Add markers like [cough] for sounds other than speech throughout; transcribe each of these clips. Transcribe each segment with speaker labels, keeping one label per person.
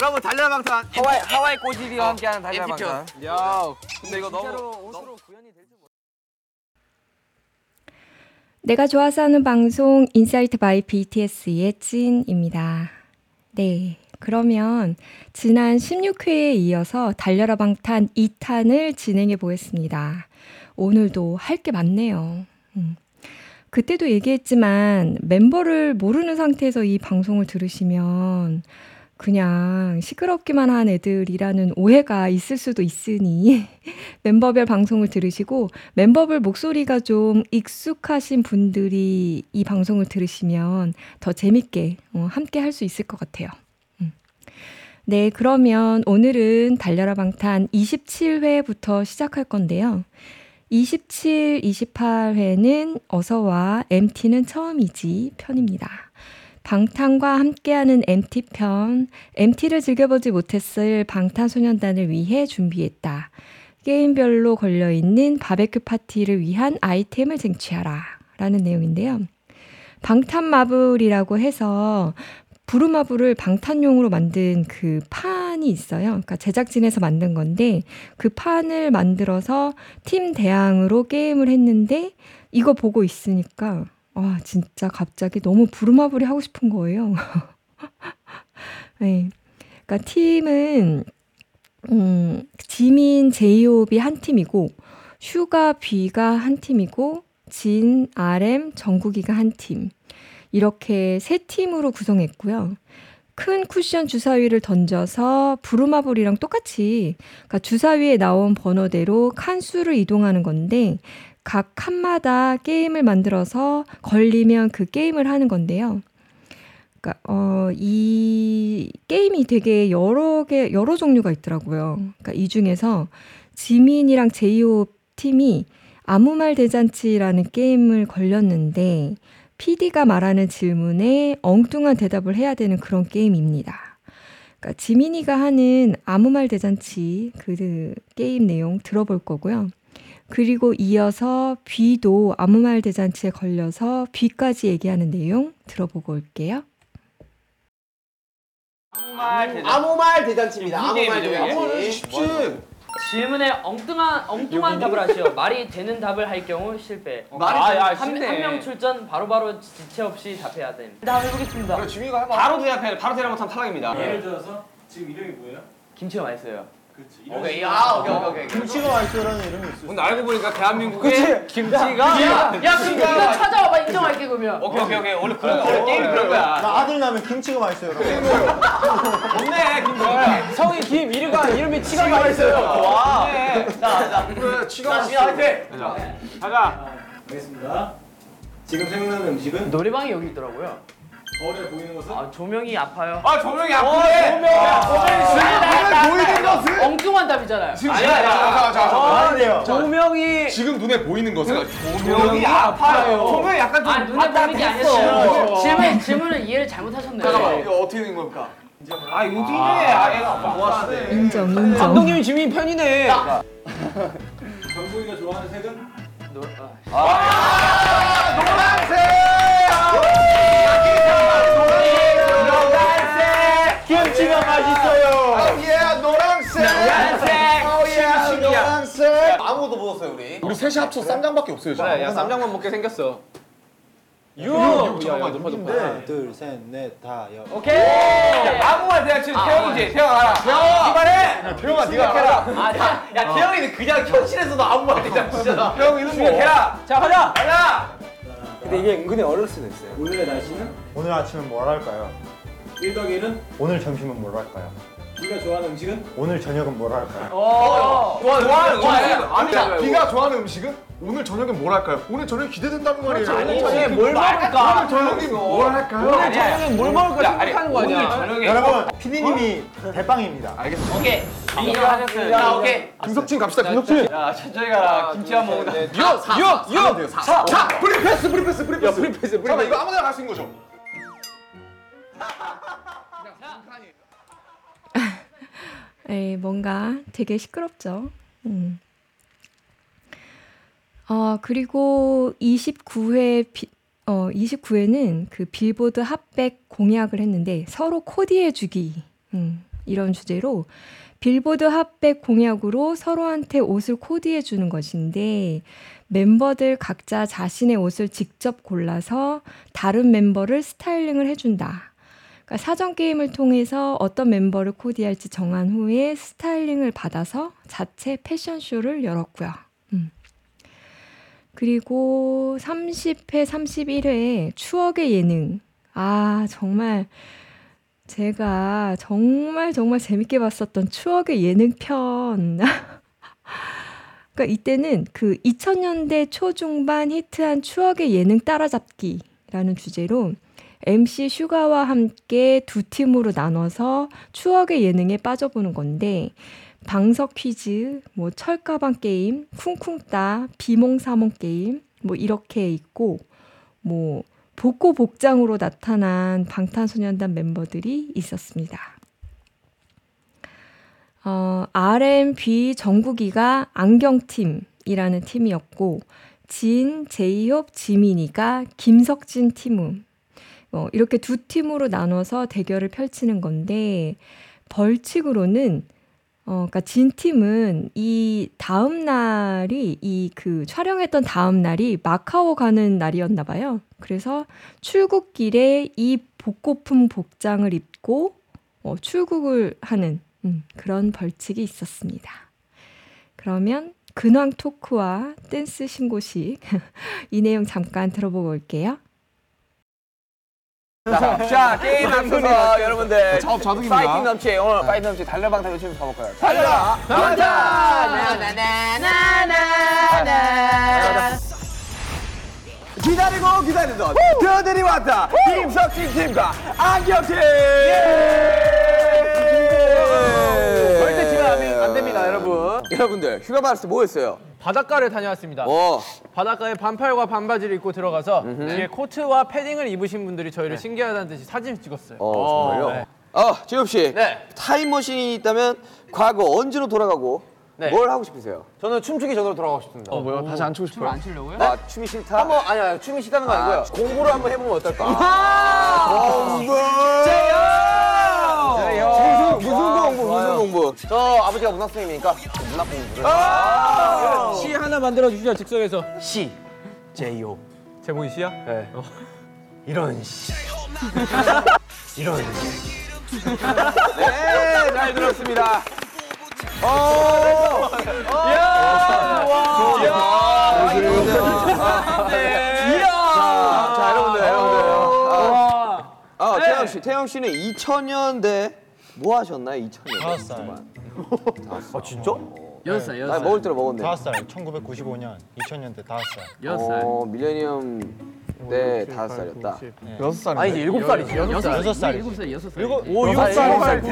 Speaker 1: 여러분 달려라 방탄.
Speaker 2: 하와이, 하와이
Speaker 3: 어,
Speaker 2: 꼬집이와 함께하는 달걀
Speaker 1: MT편.
Speaker 2: 방탄.
Speaker 1: 야, 근데 이거 너무
Speaker 2: 진짜로 옷으로 구현이 될줄 몰랐어.
Speaker 4: 내가 좋아서 하는 방송 인사이트 바이 BTS의 찐입니다. 네. 그러면 지난 16회에 이어서 달려라 방탄 2탄을 진행해 보겠습니다. 오늘도 할 게 많네요. 음. 그때도 얘기했지만 멤버를 모르는 상태에서 이 방송을 들으시면 그냥 시끄럽기만 한 애들이라는 오해가 있을 수도 있으니 [laughs] 멤버별 방송을 들으시고 멤버별 목소리가 좀 익숙하신 분들이 이 방송을 들으시면 더 재밌게 어, 함께 할 수 있을 것 같아요. 음. 네, 그러면 오늘은 달려라 방탄 27회부터 시작할 건데요. 27, 28회는 어서와 MT는 처음이지 편입니다. 방탄과 함께하는 MT 편, MT를 즐겨보지 못했을 방탄소년단을 위해 준비했다. 게임별로 걸려있는 바베큐 파티를 위한 아이템을 쟁취하라. 라는 내용인데요. 방탄마블이라고 해서 부루마블을 방탄용으로 만든 그 판이 있어요. 그러니까 제작진에서 만든 건데 그 판을 만들어서 팀 대항으로 게임을 했는데 이거 보고 있으니까 와 진짜 갑자기 너무 부루마블이 하고 싶은 거예요. [laughs] 네. 그러니까 팀은 음, 지민, 제이홉이 한 팀이고, 슈가, 뷔가 한 팀이고, 진, RM, 정국이가 한 팀. 이렇게 세 팀으로 구성했고요. 큰 쿠션 주사위를 던져서 부루마블이랑 똑같이 그러니까 주사위에 나온 번호대로 칸수를 이동하는 건데 각 칸마다 게임을 만들어서 걸리면 그 게임을 하는 건데요. 그러니까 어, 이 게임이 되게 여러 개 여러 종류가 있더라고요. 그러니까 이 중에서 지민이랑 제이홉 팀이 아무 말 대잔치라는 게임을 걸렸는데 PD가 말하는 질문에 엉뚱한 대답을 해야 되는 그런 게임입니다. 그러니까 지민이가 하는 아무 말 대잔치 그 게임 내용 들어볼 거고요. 그리고 이어서 뷔도 아무 말 대잔치에 걸려서 뷔까지 얘기하는 내용 들어보고 올게요.
Speaker 2: 정말 대단.
Speaker 5: 아무 말 대잔치입니다.
Speaker 1: 무슨 예.
Speaker 5: 아무 말
Speaker 1: 게임이죠, 이게?
Speaker 5: 대잔치.
Speaker 1: 뭐,
Speaker 5: 쉽지.
Speaker 6: 질문에 엉뚱한 엉뚱한 답을 하시오. 말이 되는 답을 할 경우 실패.
Speaker 2: 말이 되는- 쉽네.
Speaker 6: 한명 출전 바로바로 지체 없이 답해야 됩니다. 나 해보겠습니다.
Speaker 5: 그래 지민이가 해봐.
Speaker 1: 바로 대답해 바로 대답 못하면 탈락입니다.
Speaker 7: 예를 들어서 지금 이름이 뭐예요?
Speaker 6: 김치가 맛있어요.
Speaker 7: 그렇지.
Speaker 5: 오케이. 아 오케이 오케이 오케이. 김치가 맛있어라는 이름이 있어.
Speaker 1: 근데 알고 보니까 대한민국에 김치가
Speaker 6: 야, 야 그럼 네가 찾아와봐 인정할게 그러면.
Speaker 1: 오케이 오케이 오케이 원래 그런 거 게임 그런 거야.
Speaker 3: 나 아들 나면 김치가 맛있어요.
Speaker 1: 좋네 김치가.
Speaker 2: 성이 김, 이름과 이름이 치가 가 있어요.
Speaker 1: 와. 좋네.
Speaker 5: 그래 지가 지민 화이팅.
Speaker 1: 가자. 가자.
Speaker 7: 알겠습니다. 지금 생각나는 음식은
Speaker 6: 노래방이 여기 있더라고요.
Speaker 7: 거울에 보이는 것은
Speaker 6: 아 조명이 아파요.
Speaker 1: 아 조명이 어. 아프네.
Speaker 6: 아,
Speaker 3: 보이는 것은
Speaker 6: 엉뚱한 답이잖아.
Speaker 1: 아니야 아니야.
Speaker 3: 아니에요.
Speaker 2: 조명이
Speaker 3: 지금 눈에 보이는 것은
Speaker 1: 조명이 아파요. 조명이 약간
Speaker 6: 아
Speaker 1: 좀.
Speaker 6: 눈에 보이는 게 아니었어. 질문 질문을 이해를 잘못하셨네.
Speaker 5: 이거 어떻게 된 겁니까?
Speaker 1: 아 요즘에 아 얘가 아파.
Speaker 4: 인정, 인정.
Speaker 2: 감독님이 지민 편이네.
Speaker 7: 정국이가 좋아하는 색은
Speaker 6: 노- 아,
Speaker 1: 노란색. 노란색.
Speaker 7: 아,
Speaker 3: 김치가
Speaker 7: 예.
Speaker 3: 맛있어요.
Speaker 5: 오예 노랑색. 오예 노랑색. 아무도 못 왔어요 우리.
Speaker 3: 우리 셋이 합쳐 쌈장밖에 없어요. 지금.
Speaker 1: 그래, 야 쌈장만 먹게 생겼어.
Speaker 3: 유. 잠깐만 높아 높아.
Speaker 5: 높아.
Speaker 3: 둘셋넷 다. 여.
Speaker 6: 오케이.
Speaker 1: 아무거나 대학 지금 태영이지. 태영 알아. 태영. 이번에.
Speaker 5: 태영아 네가 해라.
Speaker 6: 아, 자,
Speaker 1: 야 태영이는 그냥 현실에서도 아무 말 대잔치잖아. 태영 이름 중에 해라.
Speaker 2: 자 가자.
Speaker 1: 가자.
Speaker 2: 근데 이게 은근히 어려울 수도 있어요.
Speaker 7: 오늘의 날씨는
Speaker 3: 오늘 아침은 뭘 할까요?
Speaker 7: 1덕 1은
Speaker 3: 오늘 점심은 뭘 할까요?
Speaker 7: 네가 좋아하는 음식은 어,
Speaker 3: 오늘 저녁은 뭘 할까요?
Speaker 1: 좋아 좋아 좋아.
Speaker 3: 비가 좋아하는 음식은? 오늘 저녁엔 뭘 할까요? 오늘 저녁 기대된다는 말이에요.
Speaker 2: 저녁에 뭘 먹을까?
Speaker 3: 저녁이 뭘 할까요?
Speaker 2: 오늘 저녁에 뭘 먹을까 생각하는 거 아니야?
Speaker 1: 저녁에.
Speaker 3: 여러분, 피디님이 대빵입니다.
Speaker 6: 오케이.
Speaker 1: 야 오케이.
Speaker 3: 김석진 갑시다. 김석진.
Speaker 1: 야 천천히 가라. 김치 한 먹는다.
Speaker 3: 유업 유업. 자, 자, 브리패스 브리패스 브리패스. 야, 브리패스 브리패스. 잠깐 이거 아무데나 갈 수 있는 거죠?
Speaker 4: 에 네, 뭔가 되게 시끄럽죠. 음. 어, 그리고 29회 비, 어, 29회는 그 빌보드 핫백 공약을 했는데 서로 코디해 주기. 음. 이런 주제로 빌보드 핫백 공약으로 서로한테 옷을 코디해 주는 것인데 멤버들 각자 자신의 옷을 직접 골라서 다른 멤버를 스타일링을 해준다. 그러니까 사전 게임을 통해서 어떤 멤버를 코디할지 정한 후에 스타일링을 받아서 자체 패션쇼를 열었고요. 음. 그리고 30회, 31회 추억의 예능. 아, 정말 제가 정말 정말 재밌게 봤었던 추억의 예능 편. [laughs] 그러니까 이때는 그 2000년대 초중반 히트한 추억의 예능 따라잡기라는 주제로 MC 슈가와 함께 두 팀으로 나눠서 추억의 예능에 빠져보는 건데 방석 퀴즈, 뭐 철가방 게임, 쿵쿵따, 비몽사몽 게임 뭐 이렇게 있고 뭐 복고 복장으로 나타난 방탄소년단 멤버들이 있었습니다. 어, R&B 정국이가 안경팀이라는 팀이었고 진, 제이홉, 지민이가 김석진 팀음 어, 이렇게 두 팀으로 나눠서 대결을 펼치는 건데 벌칙으로는 어, 그러니까 진 팀은 이 다음 날이 이 그 촬영했던 다음 날이 마카오 가는 날이었나 봐요. 그래서 출국길에 이 복고품 복장을 입고 어, 출국을 하는 음, 그런 벌칙이 있었습니다. 그러면 근황 토크와 댄스 신고식 [laughs] 이 내용 잠깐 들어보고 올게요.
Speaker 1: 자 게임 앞서서 여러분들
Speaker 3: 자업 자득입니다. 네.
Speaker 1: 파이팅 넘치 오늘 파이팅 넘치 달려방탄 요즘 가볼까요? 달려라 방탄!
Speaker 3: 기다리고 기다리던 그들이 왔다. 김석진 팀과 안경팀.
Speaker 1: 예! 절대 지면 안 됩니다 여러분
Speaker 3: 여러분들 휴가 받았을 때 뭐였어요?
Speaker 2: 바닷가를 다녀왔습니다.
Speaker 3: 뭐
Speaker 2: 바닷가에 반팔과 반바지를 입고 들어가서 뒤에 코트와 패딩을 입으신 분들이
Speaker 5: 네.
Speaker 2: 저희를 신기하다는 듯이 사진을 찍었어요.
Speaker 3: 어, 정말요? 어, 지엽 씨. 타임머신이 있다면 과거 언제로 돌아가고 뭘 하고 싶으세요?
Speaker 5: 저는 춤추기 전으로 돌아가고 싶습니다.
Speaker 3: 뭐요? 다시 안 추고 싶어요?
Speaker 6: 치려고요?
Speaker 3: 아, 춤이 싫다.
Speaker 5: 한번 아니 아니 춤이 싫다는 거 아니고요. 공부를 한번 해보면 어떨까?
Speaker 3: 아, 공부. 제요. 무슨 무슨 공부? 무슨 공부?
Speaker 5: 저 아버지가 문학 선생님이니까 문학 공부를.
Speaker 2: 시 하나 만들어 주시죠 즉석에서.
Speaker 5: C J O
Speaker 2: 제목이 시야?
Speaker 3: [laughs]
Speaker 5: 이런 씨. 이런 씨.
Speaker 3: 네, 잘 들었습니다. 어! 오! 야! 아, 와! 야! 자, 여러분들, 여러분들. 아,
Speaker 2: 네.
Speaker 3: 아, 태영 씨, 태영 씨는 2000년대 뭐 하셨나요? 2000년대. 다섯 살. 아, 진짜?
Speaker 6: 여섯 살,
Speaker 3: 나 아, 먹을 대로 먹었네.
Speaker 8: 다섯 살, 1995년, 2000년대 다섯 살.
Speaker 6: 여섯
Speaker 3: 어, 밀레니엄 때 다섯 살이었다.
Speaker 5: 아니 이제 일곱 살이지.
Speaker 6: 여섯 살,
Speaker 8: 여섯 살.
Speaker 6: 일곱 살, 여섯 살.
Speaker 3: 어,
Speaker 8: 오, 여섯 아, 살.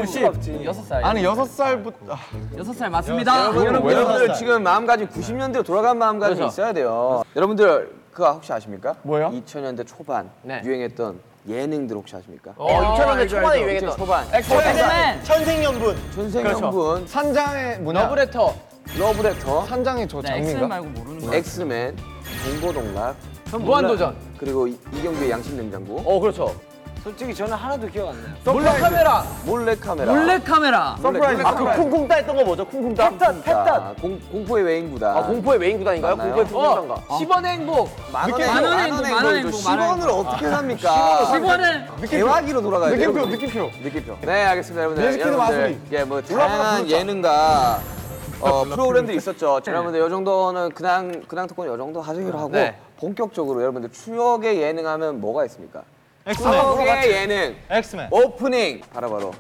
Speaker 6: 여섯 살.
Speaker 8: 아니, 여섯 살부터.
Speaker 6: 여섯 살 맞습니다.
Speaker 3: 여러분,
Speaker 8: 왜
Speaker 3: 여러분들
Speaker 8: 다섯 살?
Speaker 3: 지금 마음가짐 90년대로 돌아간 마음가짐이 있어야 돼요. 여러분들 그거 혹시 아십니까?
Speaker 8: 뭐요?
Speaker 3: 2000년대 초반 유행했던 예능들 혹시 아십니까?
Speaker 5: 어, 2000년대 초반에 유행했던
Speaker 3: 초반
Speaker 6: 엑소맨.
Speaker 8: 천생연분.
Speaker 3: 전생연분,
Speaker 8: 산장의 문화.
Speaker 6: 브레터.
Speaker 3: 러브레터,
Speaker 8: 산장의
Speaker 2: 네,
Speaker 8: 저
Speaker 6: 나 네, 엑소맨
Speaker 8: 장미인가?
Speaker 6: 말고 모르는 거.
Speaker 3: 엑스맨, 동고동락,
Speaker 6: 무한도전.
Speaker 3: 그리고 이- 이경규의 양심냉장고,
Speaker 5: 어 그렇죠.
Speaker 2: 솔직히 저는 하나도 기억 안 나요.
Speaker 6: 몰래카메라.
Speaker 3: 몰래카메라,
Speaker 6: 몰래카메라.
Speaker 3: 몰래카메라,
Speaker 5: 아 그 쿵쿵따 했던 거 뭐죠? 쿵쿵따. 쿵쿵따.
Speaker 3: 아, 공, 공포의 외인구다.
Speaker 5: 아 공포의 메인 구단인가요?
Speaker 3: 맞나요?
Speaker 5: 공포의
Speaker 2: 어,
Speaker 5: 풍선인가? 아.
Speaker 6: 10원의 행복.
Speaker 3: 만 원의
Speaker 6: 만 원의
Speaker 3: 행복,
Speaker 6: 행복, 만 원의 행복, 만 원의
Speaker 3: 10원을 어떻게 삽니까?
Speaker 6: 10원을
Speaker 3: 대화기로 돌아가야 돼요.
Speaker 8: 느낌표, 느낌표.
Speaker 3: 느낌표. 네, 알겠습니다, 여러분들.
Speaker 8: 뮤직비디오
Speaker 3: 여러분들,
Speaker 8: 마술이.
Speaker 3: 이게 뭐 다양한 예능과 어, 프로그램들이 있었죠. 자, 여러분들 요 정도는 그냥 그냥 특권 요 정도 하시기로 하고
Speaker 5: 네.
Speaker 3: 본격적으로 여러분들 추억의 예능하면 뭐가 있습니까?
Speaker 8: 엑스맨.
Speaker 3: 추억의 예능
Speaker 8: 엑스맨.
Speaker 3: 오프닝 바로 바로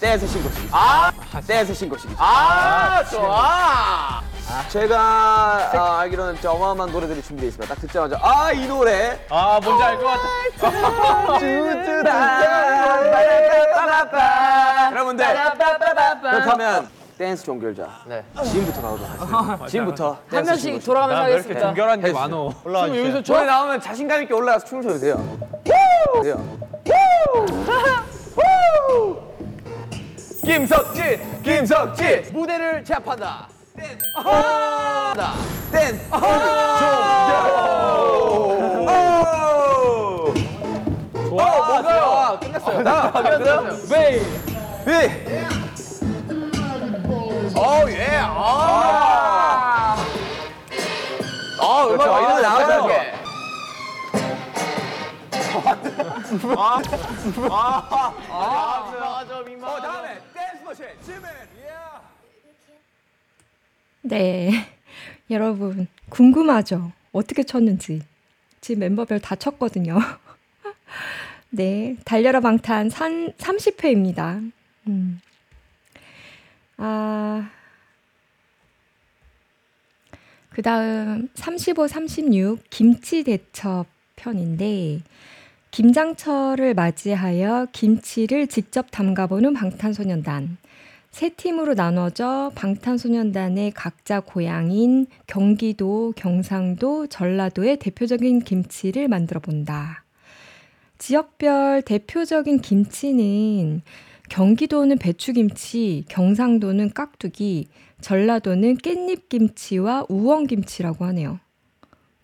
Speaker 3: 댄스 신곡식. 아, 댄스 신곡식.
Speaker 5: 아 좋아.
Speaker 3: 제가 아, 알기로는 진짜 어마어마한 노래들이 준비되어 있습니다. 딱 듣자마자 아 이 노래.
Speaker 8: 아, 뭔지 알 것 같아.
Speaker 3: 여러분들 그렇다면 댄스 종결자
Speaker 5: 네.
Speaker 3: 지금부터 나오도록 하겠습니다. 지금부터
Speaker 6: 한
Speaker 3: 댄스
Speaker 6: 명씩
Speaker 3: 신곡식.
Speaker 6: 돌아가면서 하겠습니다.
Speaker 2: 연결한 게 많어.
Speaker 8: 올라와 주세요.
Speaker 3: 저희 나오면 자신감 있게 올라가서 춤을 춰도 돼요. 돼요.
Speaker 5: 김석진, 김석진 무대를 제압한다.
Speaker 3: 댄스
Speaker 5: 아,
Speaker 1: 아,
Speaker 5: 네.
Speaker 1: 네.
Speaker 3: 종결. 오! 오! 뭐가요? 끝났어요. 나 끝났어요. 왜? 왜?
Speaker 5: 예.
Speaker 3: 아, 음악 많이 나와요. 예. 어, 다음에 댄스 머신 지민.
Speaker 4: 네. [laughs] 여러분, 궁금하죠? 어떻게 쳤는지. 지금 멤버별 다 쳤거든요. [laughs] 네. 달려라 방탄 산 30회입니다. 음. 아. 그 다음 35, 36 김치 대첩 편인데, 김장철을 맞이하여 김치를 직접 담가보는 방탄소년단. 세 팀으로 나눠져 방탄소년단의 각자 고향인 경기도, 경상도, 전라도의 대표적인 김치를 만들어 본다. 지역별 대표적인 김치는 경기도는 배추김치, 경상도는 깍두기, 전라도는 깻잎김치와 우엉김치라고 하네요.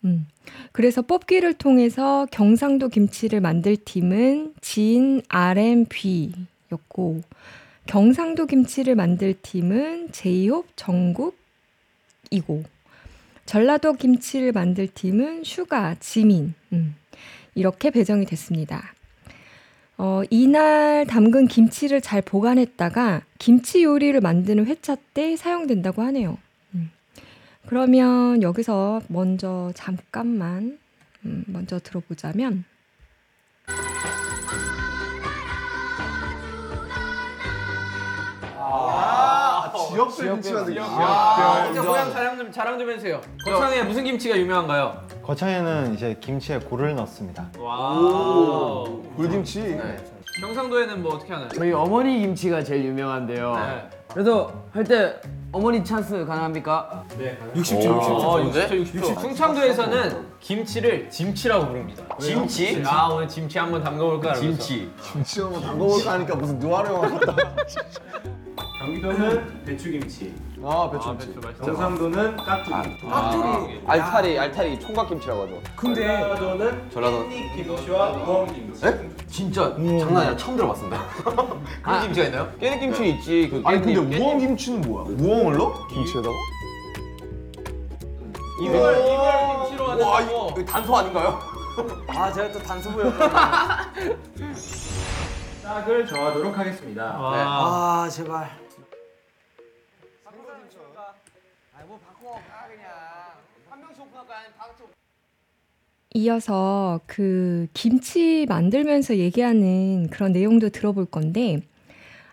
Speaker 4: 음. 그래서 뽑기를 통해서 경상도 김치를 만들 팀은 진, RMB였고, 경상도 김치를 만들 팀은 제이홉 정국이고 전라도 김치를 만들 팀은 슈가 지민 음, 이렇게 배정이 됐습니다. 어, 이날 담근 김치를 잘 보관했다가 김치 요리를 만드는 회차 때 사용된다고 하네요. 음. 그러면 여기서 먼저 잠깐만 음, 먼저 들어보자면
Speaker 5: 지역별 김치만 느끼
Speaker 2: 진짜 고향 자랑 좀 자랑 좀 해주세요. 거창에 무슨 김치가 유명한가요?
Speaker 8: 거창에는 이제 김치에 고를 넣습니다.
Speaker 2: 와.
Speaker 5: 굴김치
Speaker 2: 경상도에는 뭐 어떻게 하나요?
Speaker 9: 저희 어머니 김치가 제일 유명한데요.
Speaker 2: 네.
Speaker 6: 그래서 할 때 어머니 찬스 가능합니까?
Speaker 2: 어,
Speaker 7: 아,
Speaker 2: 60초, 60초. 충청도에서는 김치를 짐치라고 부릅니다. 짐치? 아, 오늘 짐치 한번 담가볼까? 짐치.
Speaker 5: 김치 한번 담궈볼까 하니까 무슨 누아르 영화 같다
Speaker 7: 경기도는 배추김치,
Speaker 5: 아 배추
Speaker 2: 아, 배추 맛있죠?
Speaker 7: 경상도는 깍두기,
Speaker 3: 알타리, 알타리 총각김치라고 하죠.
Speaker 7: 전라도는
Speaker 3: 전라도. 네?
Speaker 7: 깻잎김치와 우엉김치.
Speaker 3: 진짜 장난 아니라 처음 들어봤습니다. [laughs] 그런 김치가 있나요? 깨잎김치 있지. 그
Speaker 5: 아니
Speaker 3: 깻잎.
Speaker 5: 근데
Speaker 7: 예.
Speaker 5: 우엉 김치는 뭐야? 우엉을 넣어? 김치에다가?
Speaker 2: 이걸 이걸 김치로 하는
Speaker 3: 와,
Speaker 2: 거고.
Speaker 3: 이거 단소 아닌가요?
Speaker 6: 뭐? 아 제가 또 단수부요.
Speaker 7: 싹을 저하도록 하겠습니다.
Speaker 2: 와.
Speaker 6: 아 제발.
Speaker 4: 이어서 그 김치 만들면서 얘기하는 그런 내용도 들어볼 건데,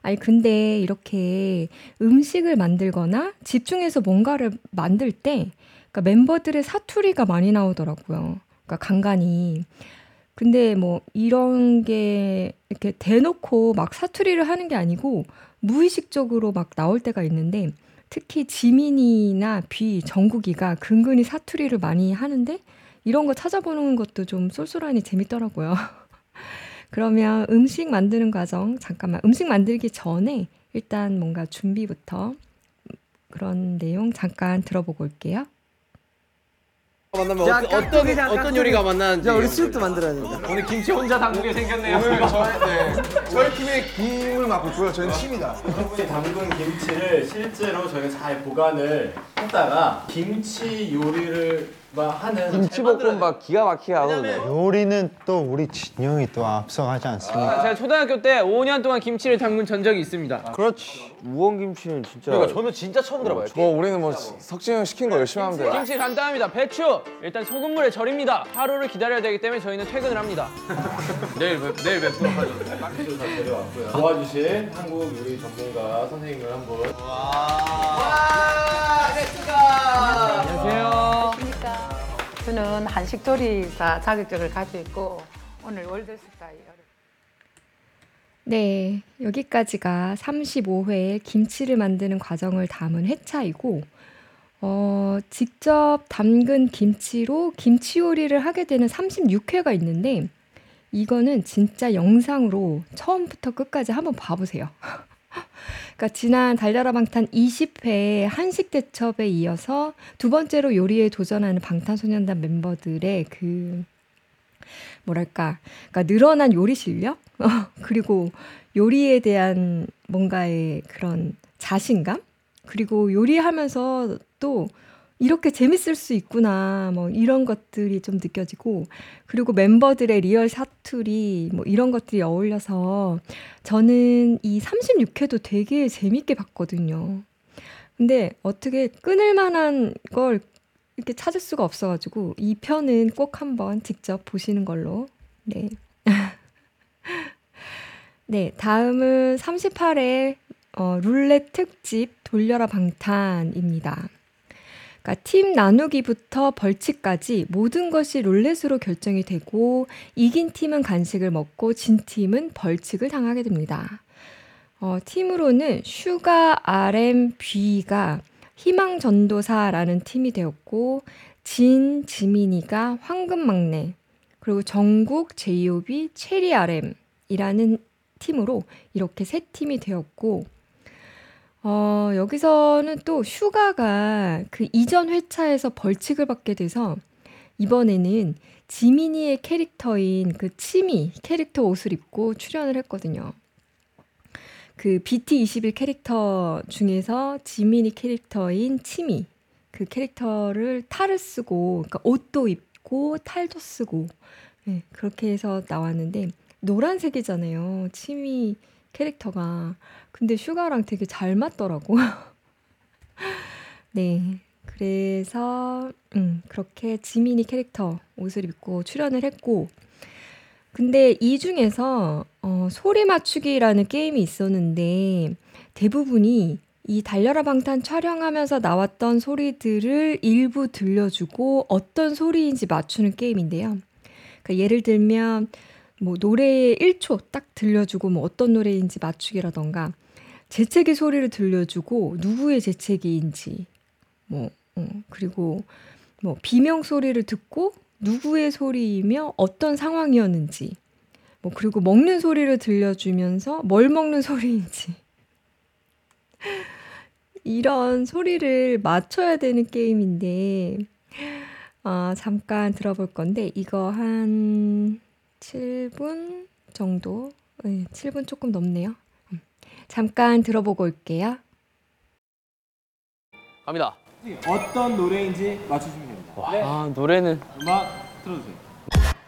Speaker 4: 아니, 근데 이렇게 음식을 만들거나 집중해서 뭔가를 만들 때, 그러니까 멤버들의 사투리가 많이 나오더라고요. 그러니까 간간히. 근데 뭐 이런 게 이렇게 대놓고 막 사투리를 하는 게 아니고 무의식적으로 막 나올 때가 있는데, 특히 지민이나 비, 정국이가 근근히 사투리를 많이 하는데, 이런 거 찾아보는 것도 좀 쏠쏠하니 재밌더라고요. [laughs] 그러면 음식 만드는 과정, 잠깐만. 음식 만들기 전에 일단 뭔가 준비부터 그런 내용 잠깐 들어보고 올게요.
Speaker 9: 만나면 어, 어떤 어떤 요리가 만나는지. 야 우리 수육도 만들어야 된다.
Speaker 2: 오늘 김치 혼자 담그게 생겼네요. 이거.
Speaker 5: 저희 팀의 김을 맡고 있고요 저희는 팀이다
Speaker 7: 여러분이 담근 김치를 실제로 저희가 잘 보관을 했다가 김치 요리를 막 하는
Speaker 3: 김치볶음밥 기가 막히게 하거든요.
Speaker 8: 요리는 또 우리 진영이 또 앞서가지
Speaker 3: 아,
Speaker 8: 않습니까?
Speaker 2: 제가 초등학교 때 5년 동안 김치를 담근 전적이 있습니다.
Speaker 8: 그렇지.
Speaker 3: 우엉김치는 진짜
Speaker 9: 아, 저는 진짜 처음 들어봐요.
Speaker 5: 뭐 우리는 뭐 석진이 형 시킨 거 열심히 하면
Speaker 3: 네.
Speaker 5: 돼
Speaker 2: 김치 간단합니다. 배추 일단 소금물에 절입니다. 하루를 기다려야 되기 때문에 저희는 퇴근을 합니다.
Speaker 7: 도와주신 한국 요리 전문가 선생님을 한분
Speaker 10: 그러니까 저는 한식조리사 자격증을 가지고 있고 오늘 월드스타일
Speaker 4: 네, 여기까지가 35회 김치를 만드는 과정을 담은 회차이고, 어, 직접 담근 김치로 김치 요리를 하게 되는 36회가 있는데, 이거는 진짜 영상으로 처음부터 끝까지 한번 봐보세요. [laughs] 그러니까 지난 달려라 방탄 20회 한식 대첩에 이어서 두 번째로 요리에 도전하는 방탄소년단 멤버들의 그 뭐랄까, 그러니까 늘어난 요리 실력 [laughs] 그리고 요리에 대한 뭔가의 그런 자신감? 그리고 요리하면서 또 이렇게 재밌을 수 있구나 뭐 이런 것들이 좀 느껴지고 그리고 멤버들의 리얼 사투리 뭐 이런 것들이 어울려서 저는 이 36회도 되게 재밌게 봤거든요. 근데 어떻게 끊을 만한 걸 이렇게 찾을 수가 없어가지고 이 편은 꼭 한번 직접 보시는 걸로 네. 네, 다음은 38회 어, 룰렛 특집 돌려라 방탄입니다. 그러니까 팀 나누기부터 벌칙까지 모든 것이 룰렛으로 결정이 되고 이긴 팀은 간식을 먹고 진 팀은 벌칙을 당하게 됩니다. 어, 팀으로는 슈가 RMB가 희망전도사라는 팀이 되었고 진 지민이가 황금막내 그리고 정국 제이홉이 체리 RM이라는 팀으로 이렇게 세 팀이 되었고 어, 여기서는 또 슈가가 그 이전 회차에서 벌칙을 받게 돼서 이번에는 지민이의 캐릭터인 그 치미 캐릭터 옷을 입고 출연을 했거든요. 그 BT21 캐릭터 중에서 지민이 캐릭터인 치미 그 캐릭터를 탈을 쓰고 그러니까 옷도 입고 탈도 쓰고 네, 그렇게 해서 나왔는데 노란색이잖아요 치미 캐릭터가 근데 슈가랑 되게 잘 맞더라고 [laughs] 네 그래서 음, 그렇게 지민이 캐릭터 옷을 입고 출연을 했고 근데 이 중에서 어, 소리 맞추기라는 게임이 있었는데 대부분이 이 달려라 방탄 촬영하면서 나왔던 소리들을 일부 들려주고 어떤 소리인지 맞추는 게임인데요. 그러니까 예를 들면 뭐 노래의 1초 딱 들려주고 뭐 어떤 노래인지 맞추기라던가 재채기 소리를 들려주고 누구의 재채기인지 뭐 어, 그리고 뭐 비명 소리를 듣고 누구의 소리이며 어떤 상황이었는지 뭐 그리고 먹는 소리를 들려주면서 뭘 먹는 소리인지 [laughs] 이런 소리를 맞춰야 되는 게임인데 아, 잠깐 들어볼 건데 이거 한 7분 정도 네, 7분 조금 넘네요. 음. 잠깐 들어보고 올게요.
Speaker 9: 갑니다.
Speaker 7: 어떤 노래인지 맞추시면 됩니다.
Speaker 9: 아 노래는
Speaker 7: 음악 틀어주세요.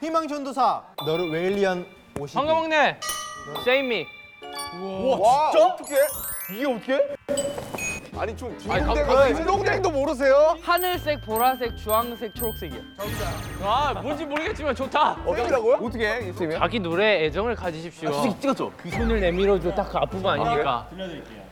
Speaker 8: 희망전도사 너를 웨일리언 50.
Speaker 6: 황금
Speaker 2: 네.
Speaker 6: 막내 세이미
Speaker 5: 와 진짜? 어떻게? 이게 어떻게?
Speaker 3: 아니 좀
Speaker 5: 딩동댕 딩동댕도 모르세요?
Speaker 6: 하늘색, 보라색, 주황색, 초록색이요.
Speaker 2: 아 뭔지 모르겠지만 좋다.
Speaker 5: 어떻게라고요?
Speaker 3: 어떻게 해? 있으면?
Speaker 2: 자기 노래에 애정을 가지십시오.
Speaker 9: 아, 솔직히 찍었죠.
Speaker 2: 그 손을 내밀어줘 딱 그 앞부분 아닙니까?
Speaker 7: 들려드릴게요.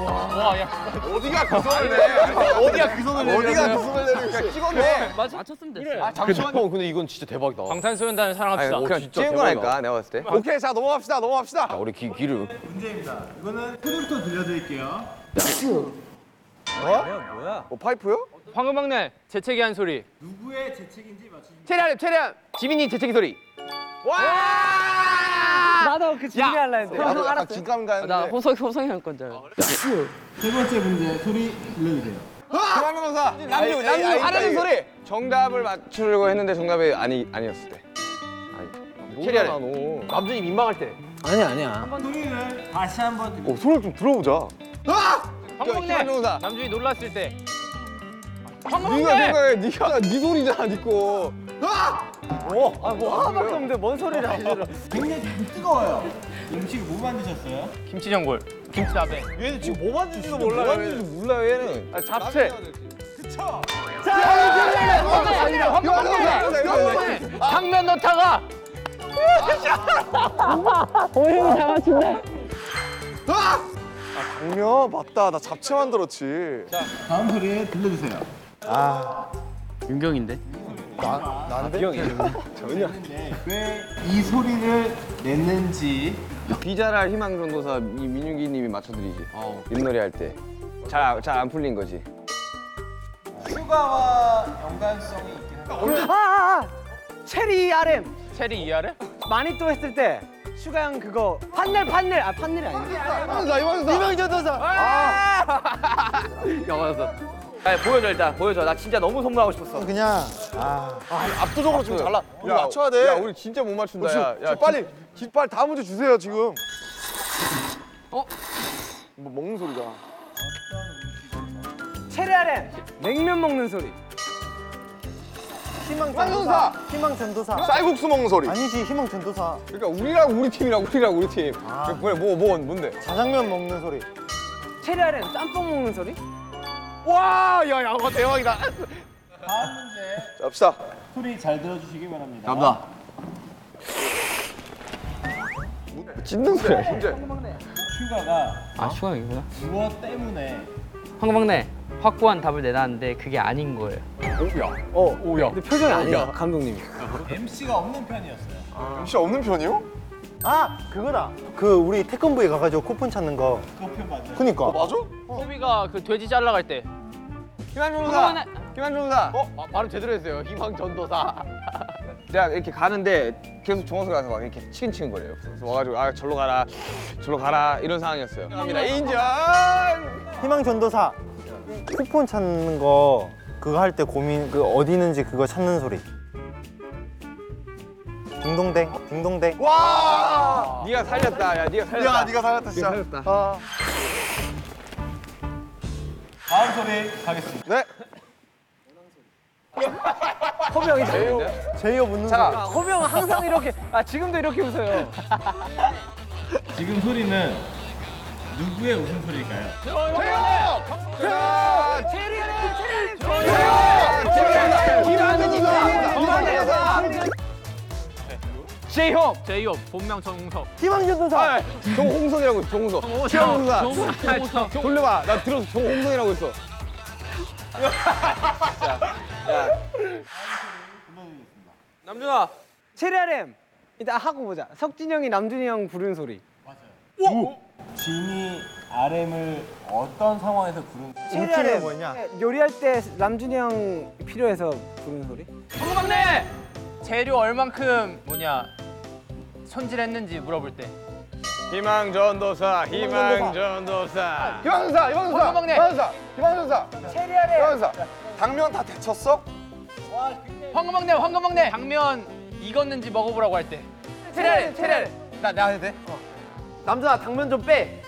Speaker 3: 어디가 그 손을 내?
Speaker 9: 어디야 그 손을
Speaker 3: 어디가 그 손을 내는 거야? 찍었네.
Speaker 6: 맞 맞췄으면 됐어요.
Speaker 3: 아 잠시만요.
Speaker 9: 근데 이건 진짜 대박이다.
Speaker 2: 방탄소년단을 사랑합시다.
Speaker 3: 아니, 그냥 찍은 거라니까 내가 봤을 때.
Speaker 5: 오케이 자 넘어갑시다 넘어갑시다
Speaker 3: 야, 우리 귀, 귀를
Speaker 7: 문제입니다. 이거는 소리부터 들려드릴게요.
Speaker 3: 뭐 파이프요?
Speaker 2: 황금 막내 재채기 한 소리.
Speaker 7: 누구의 재책인지 맞추시면
Speaker 9: 체리안 체리안 지민이 재채기 소리.
Speaker 6: 나도 그 준비 할라 했는데.
Speaker 3: 나도 약간 긴감 가는데.
Speaker 6: 나 호석 호성이 할 건줄 알고.
Speaker 7: 세 번째 문제 소리 들려주세요.
Speaker 3: 아, 희망전도사. 남유 남유 하라는 소리. 정답을 맞추려고 했는데 정답이 아니 아니었을 때. 아니. 체리안.
Speaker 9: 남준이 민망할 때.
Speaker 1: 아니야 아니야.
Speaker 7: 소리를 다시 한번
Speaker 3: 어 소리를 좀 들어보자.
Speaker 2: 황금 막내
Speaker 3: 희망전도사.
Speaker 2: 남준이 놀랐을 때.
Speaker 3: 네가 네가 해. 네가 네 소리잖아 네 거.
Speaker 9: 뭐 하나밖에 없는데 뭔 소리를 하시
Speaker 7: 굉장히 뜨거워요. 음식을 못 만드셨어요?
Speaker 2: 김치전골, 김치다배.
Speaker 9: 얘는 지금 뭐 만질지도
Speaker 3: 몰라.
Speaker 9: 몰라.
Speaker 3: 뭔지 몰라 얘는.
Speaker 9: 아, 잡채.
Speaker 2: 당면 넣다가
Speaker 3: 아! 아, 당면 맞다. 나 잡채 만들었지. 아.
Speaker 7: 다음 소리 들려주세요.
Speaker 2: 윤경인데.
Speaker 7: 아,
Speaker 3: [laughs]
Speaker 7: 왜 이 소리를 냈는지
Speaker 3: 비자랄 희망전도사 이 민윤기님이 맞춰드리지. 입놀이 할 때. 잘 잘 안 풀린 거지.
Speaker 7: 휴가와 연관성이 있긴 한데
Speaker 9: 아, 체리 RM.
Speaker 2: 체리 이하래?
Speaker 9: 많이 또 했을 때 슈가 형 그거 판넬 판넬 아 판넬이 아니야 이명희 전도사
Speaker 2: 야 맞았어. 아 보여줘 일단 보여줘. 나 진짜 너무 선물하고 싶었어.
Speaker 8: 그냥 아.
Speaker 3: 압도적으로 지금 잘라.
Speaker 5: 우리 맞춰야 돼.
Speaker 3: 야 우리 진짜 못 맞춘다.
Speaker 5: 어, 지금
Speaker 3: 야, 야
Speaker 5: 저 빨리 깃발 다음 문제 주세요 지금
Speaker 3: 뭐 먹는 소리잖아.
Speaker 10: 체리아렌 냉면 먹는 소리.
Speaker 5: 희망
Speaker 3: 전도사.
Speaker 5: 희망 전도사.
Speaker 3: 쌀국수 먹는 소리.
Speaker 5: 아니지 희망 전도사.
Speaker 3: 그러니까 우리랑 우리 팀이랑 우리랑 우리 팀.
Speaker 5: 아.
Speaker 3: 뭐야 뭐 뭐, 뭔데?
Speaker 5: 자장면 먹는 소리.
Speaker 10: 체리아렌 짬뽕 먹는 소리.
Speaker 5: 와, 야, 야, 와 대박이다.
Speaker 1: 갑시다.
Speaker 11: 소리 잘 들어주시기 바랍니다.
Speaker 1: 갑니다. 찢는 소리야, 진짜.
Speaker 11: 휴가가
Speaker 6: 아 휴가 이거야?
Speaker 11: 무엇 때문에
Speaker 6: 황금박내 확고한 답을 내놨는데 그게 아닌 거예요.
Speaker 1: 어, 오야.
Speaker 10: 근데 표정이 아니야 감독님이.
Speaker 11: MC가 없는 편이었어요.
Speaker 1: MC 없는 편이요?
Speaker 5: 아, 그거다. 그 우리 태권부에 가가지고 쿠폰 찾는 거.
Speaker 11: 그편 맞아요.
Speaker 5: 그니까.
Speaker 1: 맞아?
Speaker 6: 호비가 그 돼지 잘라갈 때
Speaker 3: 김한종사. 김한종사. 어?
Speaker 2: 바로 제대로 했어요. 희망 전도사.
Speaker 3: [laughs] 내가 이렇게 가는데 계속 정호석 가서 막 이렇게 치근치근 거려요. 그래서 와가지고 아 절로 가라, 절로 가라 이런 상황이었어요. 네, 갑니다. 인정.
Speaker 5: 희망 전도사. 쿠폰 찾는 거 그거 할 때 고민 그 어디 있는지 그거 찾는 소리. 딩동댕, 딩동댕.
Speaker 3: 와. 아, 네가 살렸다. 야 네가 살렸다.
Speaker 5: 야, 네가 살렸다, 진짜.
Speaker 3: 네가 살렸다.
Speaker 5: 아.
Speaker 11: 다음 소리 가겠습니다.
Speaker 5: 네.
Speaker 10: [laughs] 허비 형이 제일
Speaker 5: 제이어 묻는
Speaker 10: 자,
Speaker 5: 소리.
Speaker 10: 허비 형은 항상 이렇게 아 지금도 이렇게 웃어요.
Speaker 11: 지금 소리는 누구의 웃음소리일까요?
Speaker 6: 제이홉 제이홉 본명 정웅석
Speaker 5: 희망 전도사.
Speaker 3: 정홍석이라고 있어. 정홍석. 정홍석.
Speaker 6: 정홍석
Speaker 3: 돌려봐. 나 들어서 정홍성이라고 있어.
Speaker 12: 남준아.
Speaker 10: 체리아렌 일단 하고 보자. 석진이 형이 남준이 형 부른 소리.
Speaker 11: 진이 RM을 어떤 상황에서 부른
Speaker 10: 체리아렌 요리할 때 남준이 형 필요해서 부른 소리.
Speaker 2: 황금박네 재료 얼만큼 뭐냐 손질했는지 물어볼 때.
Speaker 3: 희망전도사. 희망전도사.
Speaker 5: 희망전사, 희망전사,
Speaker 2: 황금박네.
Speaker 5: 희망전사, 희망전사,
Speaker 10: 체리아렌
Speaker 5: 희망전사. 당면 다 데쳤어?
Speaker 2: 황금박네 황금박네 당면 익었는지 먹어보라고 할 때.
Speaker 10: 체리아렌 체리아렌.
Speaker 2: 나 내가 해도 돼?
Speaker 10: 네, 남준아 당면 좀 빼.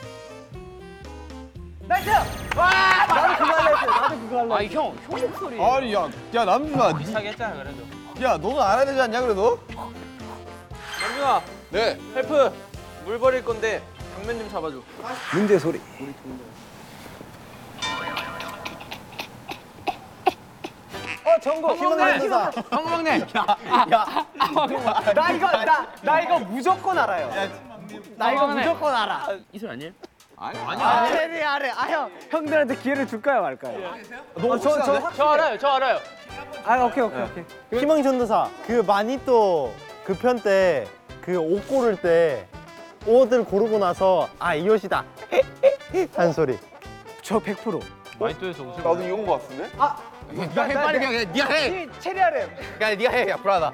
Speaker 10: 나이스!
Speaker 2: 와
Speaker 10: 나도 그거 할래 했어. 나도 그거 할래.
Speaker 2: 아니 형
Speaker 10: 형 목소리.
Speaker 1: 아니, 야, 야, 남준아. 니-
Speaker 12: 비슷하게 했잖아 그래도.
Speaker 1: 야, 너는 알아야 되지 않냐, 그래도?
Speaker 12: 남준아
Speaker 1: 네.
Speaker 12: 헬프 물 버릴 건데 당면 좀 잡아줘.
Speaker 10: 문제 소리. 어 정국
Speaker 5: 희망 전도사.
Speaker 2: 황금박네
Speaker 10: 아, 나 이거 나 나 이거 무조건 알아요. 나 이거 무조건 알아.
Speaker 2: 이슬 아니에요?
Speaker 3: 아니
Speaker 10: 아,
Speaker 3: 아니야.
Speaker 10: 체리 아래 아형 형들한테 기회를 줄까요
Speaker 5: 예.
Speaker 10: 말까요?
Speaker 3: 너무
Speaker 10: 저저
Speaker 3: 확실한데?
Speaker 2: 저 알아요 저 알아요.
Speaker 10: 아 오케이 오케이 오케이.
Speaker 5: 예. 희망 전도사. 그 많이 그 또그편때그옷 고를 때 옷을 고르고 나서 아 이 옷이다 [laughs] 한 소리.
Speaker 10: 저 100%.
Speaker 12: 마이토에서 오신
Speaker 1: 나도 이건 거 같은데?
Speaker 2: 네가 해 빨리 그냥 해. 네가 해.
Speaker 10: 체리 아래.
Speaker 2: 야 네가 해. 야 불안하다.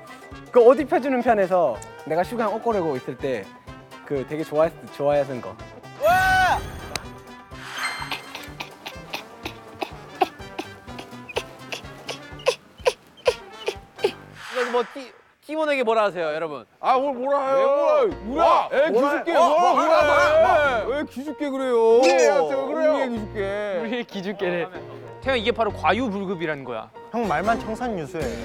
Speaker 10: 그 옷 입혀주는 편에서 내가 슈가랑 옷 고르고 있을 때 그 되게 좋아했 좋아했던 거.
Speaker 2: 이거 뭐 티, 팀원에게 뭐라 하세요 여러분?
Speaker 1: 아, 뭘 뭐라 해요? 뭐라? 에, 기죽게. 뭐라? 뭐라? 왜 기죽게 그래요? 우리한테 그래요? 우리의 기죽게.
Speaker 2: 우리의 기죽게를. 태형 이게 바로 과유불급이라는 거야.
Speaker 5: 형 말만 청산유수해.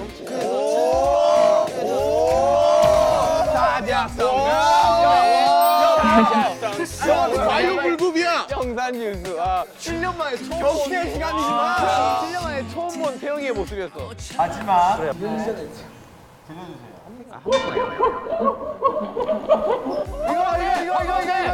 Speaker 1: 과유불급이야.
Speaker 3: 정산 뉴스. 아.
Speaker 2: 7년 만에 처음
Speaker 3: 격의 시간이지만.
Speaker 1: 아,
Speaker 2: 7년 만에 처음 본 태형이의 모습이었어.
Speaker 11: 마지막
Speaker 5: 예, 이거 이거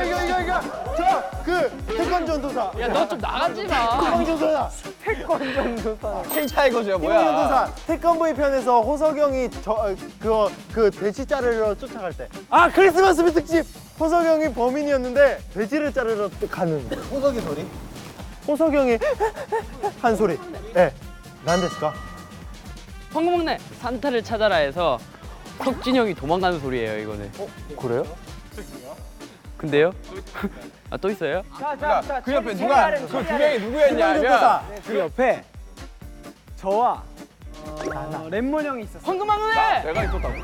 Speaker 5: 이거 이거 이거 이거. 저그 태권 전도사.
Speaker 2: 야 너 좀 나가지 마.
Speaker 5: 희망 전도사.
Speaker 3: 킹 타이거즈야
Speaker 5: 희망
Speaker 3: 뭐야?
Speaker 5: 전도사. 태권브이 편에서 호석영이 저 어, 그거 그 돼지 자르러 쫓아갈 때. 아 크리스마스 특집. 호석영이 범인이었는데 돼지를 자르러 가는. 호석이 소리. 호석영이 한 소리. 예. 난데스까?
Speaker 6: 황금박내 산타를 찾아라에서 석진이 형이 도망가는 소리예요 이거는.
Speaker 5: 그래요?
Speaker 6: 근데요? 아 또 있어요?
Speaker 3: 그러니까 그 옆에 누가 그 두 명이 누구였냐면
Speaker 5: 희망전도사.
Speaker 10: 그 옆에 저와 어, 랩몬 형이 있었어.
Speaker 6: 황금박내!
Speaker 1: 내가 있었다고.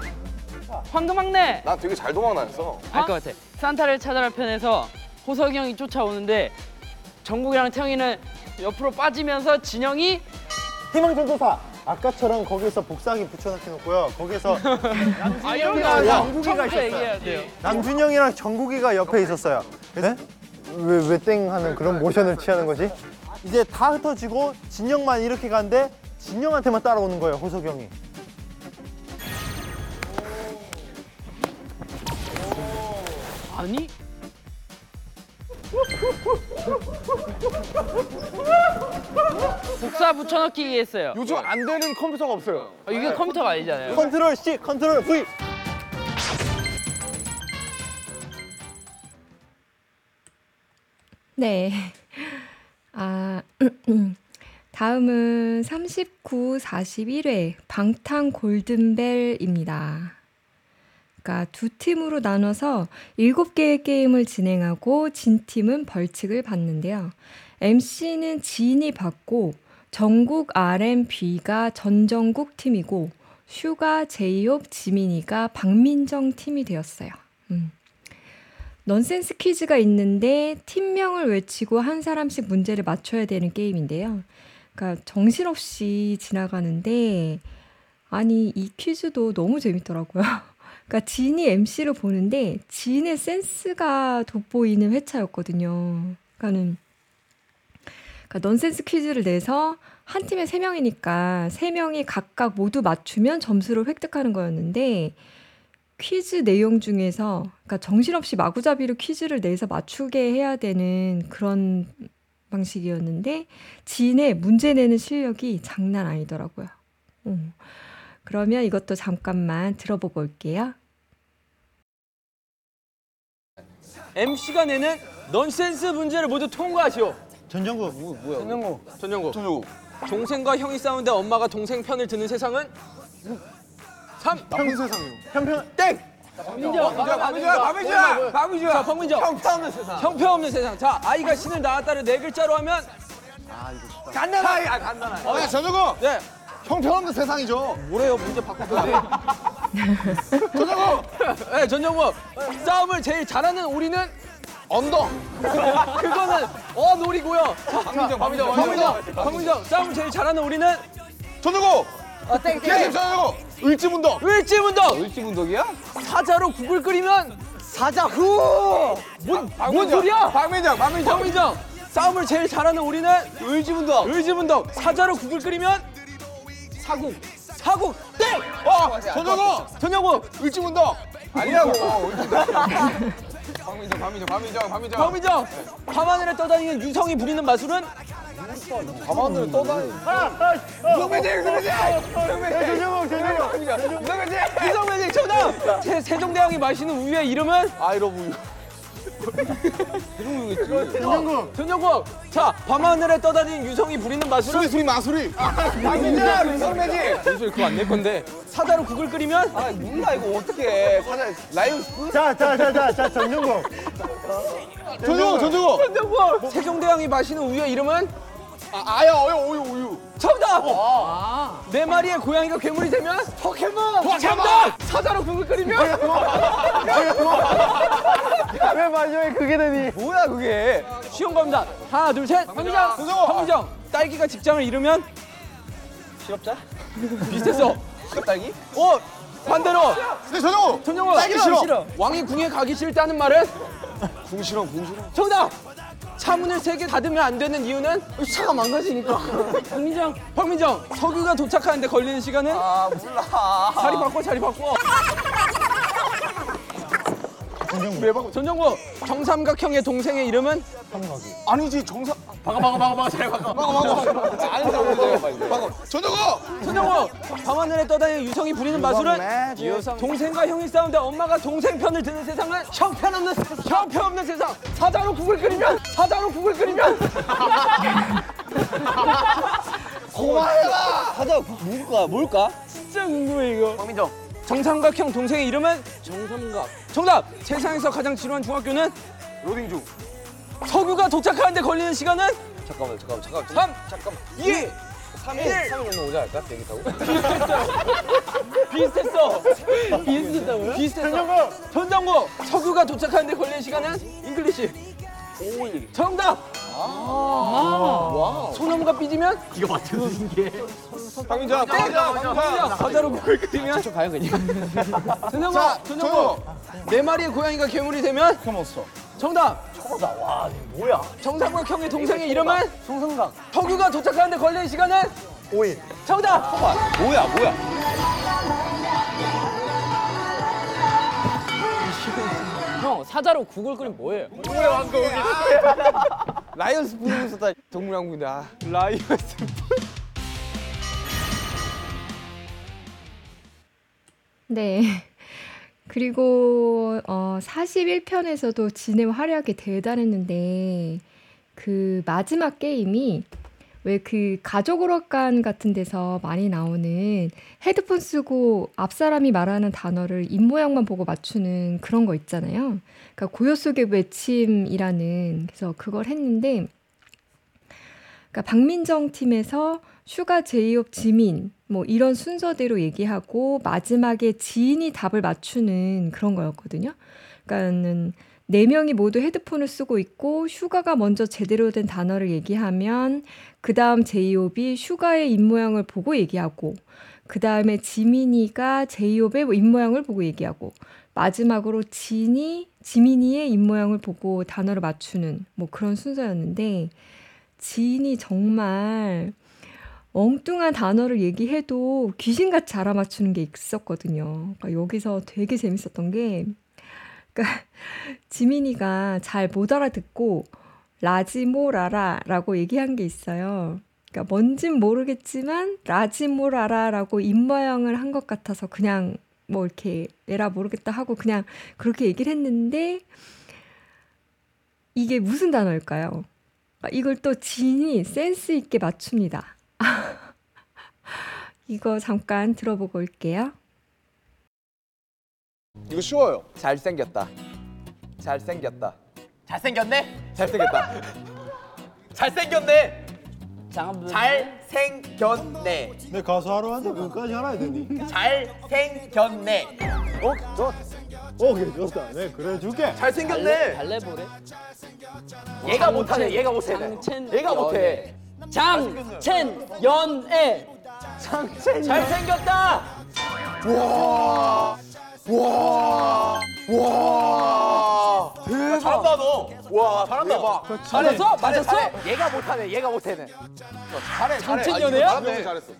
Speaker 6: 황금박내!
Speaker 1: 나 되게 잘 도망다녔어.
Speaker 6: 알 것 같아. 산타를 찾아라 편에서 호석이 형이 쫓아오는데 정국이랑 태영이는 옆으로 빠지면서 진영이
Speaker 5: 희망전도사 아까처럼 거기에서 복사기 붙여넣기 놓고요. 거기에서
Speaker 13: 아
Speaker 5: 남준영이랑 정국이가 있었어요. 남준영이랑 정국이가 옆에 있었어요. 네? 왜왜땡 하는 그런 모션을 취하는 거지? 이제 다 흩어지고 진영만 이렇게 가는데 진영한테만 따라오는 거예요. 호석이 형이.
Speaker 6: 아니 복사 붙여넣기 했어요.
Speaker 14: 요즘 안 되는 컴퓨터가 없어요.
Speaker 6: 어, 이게 컴퓨터가 아니잖아요.
Speaker 5: 컨트롤 C, 컨트롤 V.
Speaker 4: 네. [laughs] 아, [clears throat] 다음은 39, 41회 방탄 골든벨입니다. 그러니까 두 팀으로 나눠서 7개의 게임을 진행하고 진 팀은 벌칙을 받는데요. MC는 진이 받고 전국 R&B가 전정국 팀이고 슈가, 제이홉, 지민이가 박민정 팀이 되었어요. 음. 넌센스 퀴즈가 있는데 팀명을 외치고 한 사람씩 문제를 맞춰야 되는 게임인데요. 그러니까 정신없이 지나가는데 아니 이 퀴즈도 너무 재밌더라고요. [laughs] 그러니까 진이 MC를 보는데 진의 센스가 돋보이는 회차였거든요. 그러니까는 그러니까 넌센스 퀴즈를 내서 한 팀에 세명이니까세명이 각각 모두 맞추면 점수를 획득하는 거였는데 퀴즈 내용 중에서 그러니까 정신없이 마구잡이로 퀴즈를 내서 맞추게 해야 되는 그런 방식이었는데 지인의 문제 내는 실력이 장난 아니더라고요. 음. 그러면 이것도 잠깐만 들어보고 올게요.
Speaker 2: MC가 내는 넌센스 문제를 모두 통과하시오.
Speaker 5: 전정국
Speaker 2: 뭐야? 전정국. 전정국. 전정국. 동생과 형이 싸우는데 엄마가 동생 편을 드는 세상은 3.
Speaker 5: 나쁜 아, 세상이요. 형편
Speaker 2: 땡. 어,
Speaker 13: 박민정, 박민정,
Speaker 1: 뭐
Speaker 13: 박민정!
Speaker 2: 박민정. 자, 박민정. 형편 없는 세상. 형편 없는 세상. 자, 아이가 신을 낳았다를 네 글자로 하면 간단하게. 아, 간단하게.
Speaker 14: 어, 네, 전정국.
Speaker 2: 네.
Speaker 14: 형편없는 세상이죠.
Speaker 2: 뭐래요? 문제 바꿔줘요. 전정국. 네, 전정국. 싸움을 제일 잘하는 우리는 언덕. 그거는 어 놀이고요. 자,
Speaker 14: 박민정, 박민정,
Speaker 2: 박민정, 박민정. 싸움을 제일 잘하는 우리는
Speaker 14: 전정국.
Speaker 2: 어, 땡,
Speaker 14: 계속
Speaker 2: 땡.
Speaker 14: 예, 전정국. 을지문덕.
Speaker 2: 을지문덕.
Speaker 14: 을지문덕이야?
Speaker 2: 사자로 국을 끓이면 사자
Speaker 14: 아,
Speaker 2: 후. 뭔, 뭔
Speaker 14: 박민정,
Speaker 2: 소리야?
Speaker 14: 박민정, 박민정.
Speaker 2: 박민정. 싸움을 제일 잘하는 우리는 을지문덕. 을지문덕. 사자로 국을 끓이면 사국. 사국. 땡.
Speaker 14: 어, 전정국.
Speaker 2: 전영우.
Speaker 14: 을지문덕.
Speaker 1: [laughs]
Speaker 14: 아니라고.
Speaker 2: 박민정, 박민정, 박민정,
Speaker 1: 어,
Speaker 2: 박민정. 박민정. 밤하늘에 떠다니는 유성이 부리는 마술은
Speaker 14: 밤하늘을 떠다니.
Speaker 1: 어,
Speaker 14: 유성매직, 유성매직.
Speaker 5: 전정국, 전정국.
Speaker 14: 유성매직.
Speaker 2: 유성매직 정답. 세- 세종대왕이 마시는 우유의 이름은
Speaker 14: 아이러브 유.
Speaker 2: 전영국. 전영국. 자, 밤하늘에 떠다니는 유성이 부리는 마술은
Speaker 14: 수리, 수리, 마수리.
Speaker 2: 박민정,
Speaker 14: 유성매직.
Speaker 2: 무술 그거 안 낼 건데 사자로 국을 끓이면
Speaker 14: 아, 몰라 이거 어떻게 사자 라이브 스푼?
Speaker 5: 자, 자, 자, 자, 자, 전정국.
Speaker 14: 전정국, 전정국.
Speaker 2: 전정국. 세종대왕이 마시는 우유의 이름은
Speaker 14: 뭐? 아, 아야, 어여, 우유, 우유.
Speaker 2: 정답.
Speaker 14: 아.
Speaker 2: 네 마리의 고양이가 괴물이 되면 포켓몬.
Speaker 14: 포켓몬!
Speaker 2: 정답. 사자로 국을 끓이면
Speaker 5: 왜 마지막에 그게 되니?
Speaker 2: 뭐야 그게? 쉬운 겁니다. 하나 둘 셋. 황미정. 황미정. 딸기가 직장을 잃으면 실업자? [laughs] 비슷했어.
Speaker 14: 시럽딸기?
Speaker 2: 어 반대로.
Speaker 14: 네, 전영호.
Speaker 2: 전영호.
Speaker 14: 딸기 싫어.
Speaker 2: 왕이 궁에 가기 싫다는 말은
Speaker 14: 궁시렁, 궁시렁.
Speaker 2: 정답. 차문을 세 개 닫으면 안 되는 이유는 차가 [laughs] 망가지니까. 황민정. 황민정. 석유가 도착하는데 걸리는 시간은
Speaker 14: 아, 몰라.
Speaker 2: 자리 바꿔 자리 바꿔. 전정구. 전정구. 정삼각형의 동생의 이름은
Speaker 14: 아니지, 정사.
Speaker 2: 박아 박아 박아 박아 잘 박아.
Speaker 14: 막아, 막아. 아는 사람들 막아. 전영호.
Speaker 2: 손정호 밤하늘에 떠다니는 유성이 부리는 마술은 유성. 동생과 형이 싸운다 엄마가 동생 편을 드는 세상은 형편없는 세상 형편없는 세상 사자로 국을 끓이면 사자로 국을 끓이면
Speaker 14: 고마워라.
Speaker 2: 사자 뭘까 뭘까 진짜 궁금해 이거 박민정 정삼각형 동생의 이름은 정삼각 정답 세상에서 가장 지루한 중학교는
Speaker 14: 로딩 중.
Speaker 2: 석유가 도착하는데 걸리는 시간은
Speaker 3: 잠깐만, 잠깐만, 잠깐만.
Speaker 2: 삼,
Speaker 3: 잠깐만.
Speaker 2: 2
Speaker 3: 3일,
Speaker 2: 일.
Speaker 3: 3일
Speaker 15: 뭐
Speaker 3: 넘어 오지 않을까? 비행기 타고?
Speaker 15: [laughs]
Speaker 2: 비슷했어. 비슷했다고요? 비슷했어. 전정구. 전정구. 석유가 도착하는데 걸리는 시간은 잉글리시. 5일. 정답.
Speaker 15: 아. 와. 아. 소나무가 삐지면 이거 맞춰주신 게.
Speaker 16: 방자,
Speaker 15: 방자, 방자. 과자로 구글 끓이면 저 가요 그냥. 전영호, 전영호. 네 마리의 고양이가 괴물이 되면 켜먹었어. 정답.
Speaker 5: 쳐다 와 뭐야?
Speaker 15: 정상각 형의 동생의 이름은 송성각. 혁유가 도착하는데 걸리는 시간은
Speaker 5: 5일.
Speaker 15: 정답.
Speaker 16: 뭐야 뭐야?
Speaker 15: 형 사자로 구글 끓이면 뭐예요?
Speaker 16: 동물의 왕국 라이언스 부르고 있었다 동물의 왕국이다 라이언스
Speaker 4: 네. [laughs] 그리고 어, 41편에서도 진의 활약이 대단했는데 그 마지막 게임이 왜 그 가족 오락관 같은 데서 많이 나오는 헤드폰 쓰고 앞 사람이 말하는 단어를 입 모양만 보고 맞추는 그런 거 있잖아요. 그러니까 고요 속의 외침이라는 그래서 그걸 했는데 그러니까 박민정 팀에서 슈가 제이홉 지민 뭐 이런 순서대로 얘기하고 마지막에 지인이 답을 맞추는 그런 거였거든요. 그러니까는 네 명이 모두 헤드폰을 쓰고 있고 슈가가 먼저 제대로 된 단어를 얘기하면 그다음 제이홉이 슈가의 입 모양을 보고 얘기하고 그다음에 지민이가 제이홉의 입 모양을 보고 얘기하고 마지막으로 진이 지민이의 입 모양을 보고 단어를 맞추는 뭐 그런 순서였는데 지인이 정말 엉뚱한 단어를 얘기해도 귀신같이 알아맞추는 게 있었거든요. 그러니까 여기서 되게 재밌었던 게, 그러니까 [laughs] 지민이가 잘 못 알아듣고 라지모라라라고 얘기한 게 있어요. 그러니까 뭔진 모르겠지만 라지모라라라고 입모양을 한 것 같아서 그냥 뭐 이렇게 에라 모르겠다 하고 그냥 그렇게 얘기를 했는데 이게 무슨 단어일까요? 아, 이걸 또 진이 센스 있게 맞춥니다. [laughs] 이거 잠깐 들어보고 올게요.
Speaker 16: 이거 쉬워요 잘생겼다 잘생겼다
Speaker 1: 잘생겼네?
Speaker 16: 잘생겼다
Speaker 1: 잘생겼네! 잘생겼네.
Speaker 5: 내 가수 하러 왔는데 그까지 알아야 되니?
Speaker 1: 잘생겼네.
Speaker 5: 어? 저? 어, 그래, 좋다. 네, 그래 줄게.
Speaker 1: 달래보래? 얘가 못하네, 얘가 못해. 얘가 못해.
Speaker 2: 장첸 연애
Speaker 1: 장첸 잘생겼다!
Speaker 3: 와. 와. 와. 대박. 잘한다 너. 와 잘한다 봐.
Speaker 1: 잘했어? 맞았어?
Speaker 3: 얘가 못하네. 얘가 못하네. 잘해. 잘해.
Speaker 1: 장첸
Speaker 3: 아, 이거
Speaker 1: 연애야?
Speaker 3: 잘하네. 잘했어.